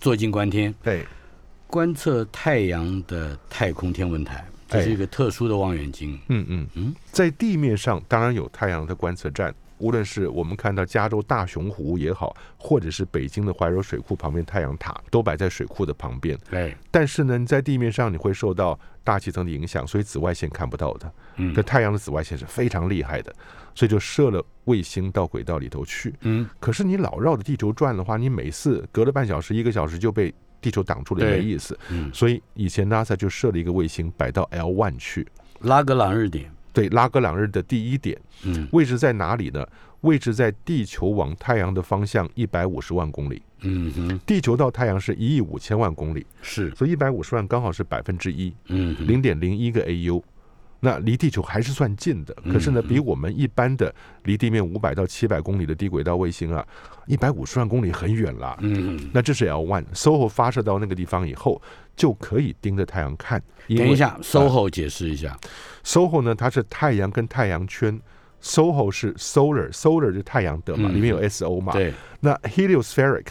坐近观天，对，观测太阳的太空天文台，哎这是一个特殊的望远镜。嗯嗯嗯，在地面上当然有太阳的观测站，无论是我们看到加州大熊湖也好，或者是北京的怀柔水库旁边太阳塔，都摆在水库的旁边。哎，但是呢，你在地面上你会受到大气层的影响，所以紫外线看不到的。嗯这太阳的紫外线是非常厉害的，所以就射了卫星到轨道里头去。嗯，可是你老绕着地球转的话，你每次隔了半小时、一个小时就被地球挡住了，对没意思。嗯所以以前 NASA 就设了一个卫星摆到 L one 去，拉格朗日点，对，拉格朗日的第一点嗯位置在哪里呢？位置在地球往太阳的方向一百五十万公里，嗯哼，地球到太阳是一亿五千万公里，是，所以一百五十万刚好是百分之一，嗯哼，零点零一个 AU。那离地球还是算近的，可是呢，比我们一般的离地面五百到七百公里的低轨道卫星啊，一百五十万公里很远啦。嗯哼，那这是 L one SOHO 发射到那个地方以后，就可以盯着太阳看。因为啊等一下，SOHO 解释一下， SOHO 呢，它是太阳跟太阳圈，SOHO 是 solar，solar 就是太阳的嘛，嗯里面有 SO 嘛。对，那 heliospheric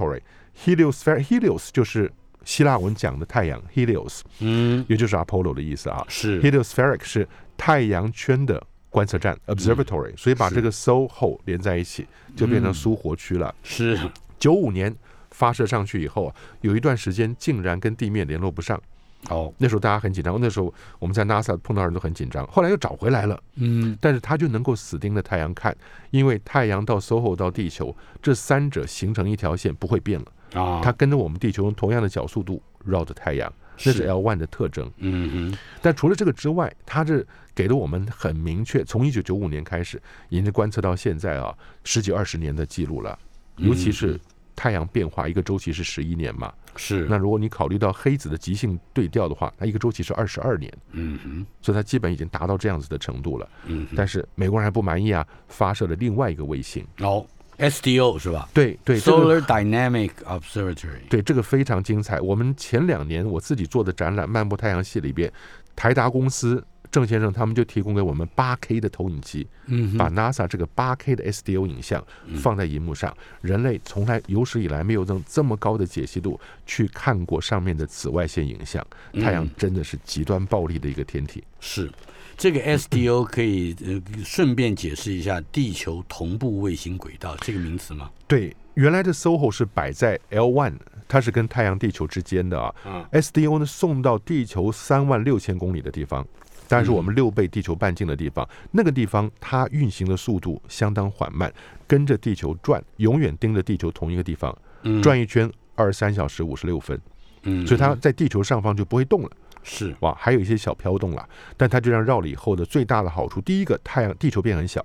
observatory，heliospheric helios 就是希腊文讲的太阳，helios 嗯，也就是 Apollo 的意思啊。是， heliospheric 是太阳圈的观测站嗯 observatory，、所以把这个 SOHO 连在一起，就变成苏活区了。是，九五、年发射上去以后啊，有一段时间竟然跟地面联络不上。哦，那时候大家很紧张，那时候我们在 NASA 碰到人都很紧张，后来又找回来了，嗯，但是他就能够死盯着太阳看，因为太阳到 SOHO 到地球这三者形成一条线不会变了，啊，它，跟着我们地球用同样的角速度绕着太阳，这是是 L one 的特征。嗯哼，但除了这个之外，它是给了我们很明确，从一九九五年开始，已经观测到现在啊，十几二十年的记录了，尤其是太阳变化一个周期是十一年嘛，是，那如果你考虑到黑子的极性对调的话，它一个周期是二十二年，嗯哼，所以它基本已经达到这样子的程度了。嗯哼，但是美国人还不满意啊，发射了另外一个卫星。哦，SDO 是吧对对，这？Solar 个 Dynamic Observatory，对这个非常精彩。我们前两年我自己做的展览《漫步太阳系》里边，台达公司郑先生他们就提供给我们八 K 的投影机，嗯把 NASA 这个八 K 的 SDO 影像放在荧幕上，人类从来有史以来没有用这么高的解析度去看过上面的紫外线影像。嗯太阳真的是极端暴力的一个天体。是，这个 SDO 可以呃顺便解释一下地球同步卫星轨道这个名词吗？对，原来的 SOHO 是摆在 L one，它是跟太阳、地球之间的啊。SDO 嗯呢送到地球三万六千公里的地方，但是我嗯们六倍地球半径的地方，那个地方它运行的速度相当缓慢，跟着地球转，永远盯着地球同一个地方嗯转一圈。二十三小时五十六分，嗯所以它在地球上方就不会动了是哇，还有一些小飘动了，但它这样绕了以后的最大的好处，第一个太阳地球变很小，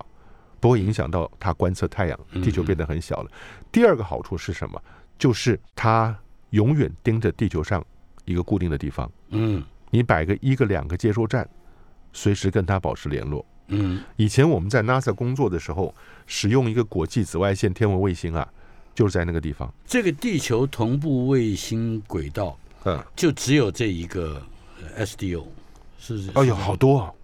不会影响到它观测太阳，地球变得很小了。第二个好处是什么？就是它永远盯着地球上一个固定的地方，嗯你摆个一个两个接收站，随时跟它保持联络。嗯以前我们在 NASA 工作的时候，使用一个国际紫外线天文卫星啊，就是在那个地方。这个地球同步卫星轨道嗯，就只有这一个呃 SDO，是是哦，有好多哦，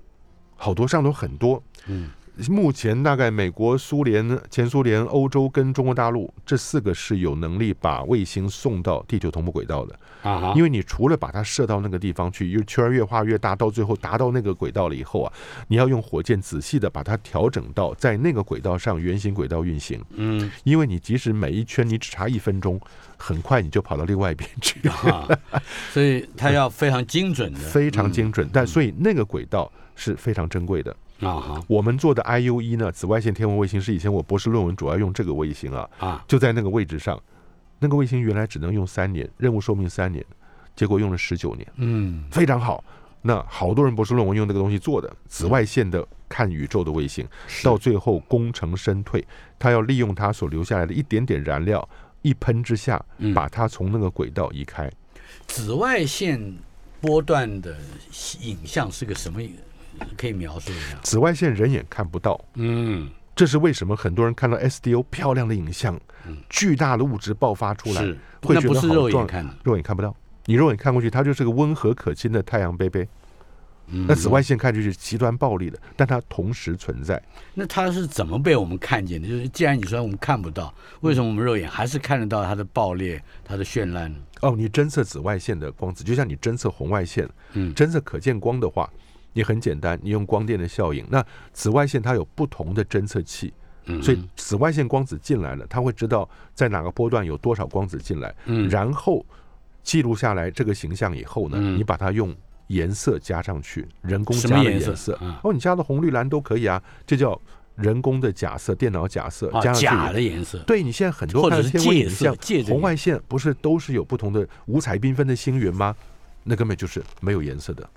好多上头很多。嗯，目前大概美国、苏联、前苏联、欧洲跟中国大陆这四个是有能力把卫星送到地球同步轨道的，啊哈，因为你除了把它射到那个地方去，越圈儿越画越大，到最后达到那个轨道了以后啊，你要用火箭仔细的把它调整到在那个轨道上圆形轨道运行，嗯因为你即使每一圈你只差一分钟，很快你就跑到另外一边去了。啊， 所以它要非常精准的，非常精嗯准，但所以那个轨道是非常珍贵的。啊哈我们做的 IU 一呢，紫外线天文卫星是以前我博士论文主要用这个卫星啊，啊就在那个位置上。那个卫星原来只能用三年，任务寿命三年，结果用了十九年，嗯非常好。那好多人博士论文用那个东西做的，紫外线的看宇宙的卫星，是到最后功成身退，它要利用它所留下来的一点点燃料，一喷之下嗯把它从那个轨道移开。紫外线波段的影像是个什么？可以描述一下？紫外线人眼看不到，嗯，这是为什么很多人看到 SDO 漂亮的影像，巨大的物质爆发出来嗯是，，会那觉不得是好肉眼壮看的肉眼看不到。你肉眼看过去，它就是个温和可亲的太阳杯杯，嗯那紫外线看上去是极端暴力的，但它同时存在。那它是怎么被我们看见的？就是既然你说我们看不到，为什么我们肉眼还是看得到它的爆裂、它的绚烂呢？哦，你侦测紫外线的光子，就像你侦测红外线，嗯侦测可见光的话，你很简单，你用光电的效应。那紫外线它有不同的侦测器，嗯所以紫外线光子进来了，它会知道在哪个波段有多少光子进来，嗯然后记录下来这个形象以后呢，嗯你把它用颜色加上去，人工什加么的颜色。啊哦，你加的红、绿、蓝都可以啊，这叫人工的假设，电脑假设啊，加上去以假后的颜色，对你现在很多或看者的是天文借影色像，借红外线不是都是有不同的五彩缤纷的星云吗？那根本就是没有颜色的，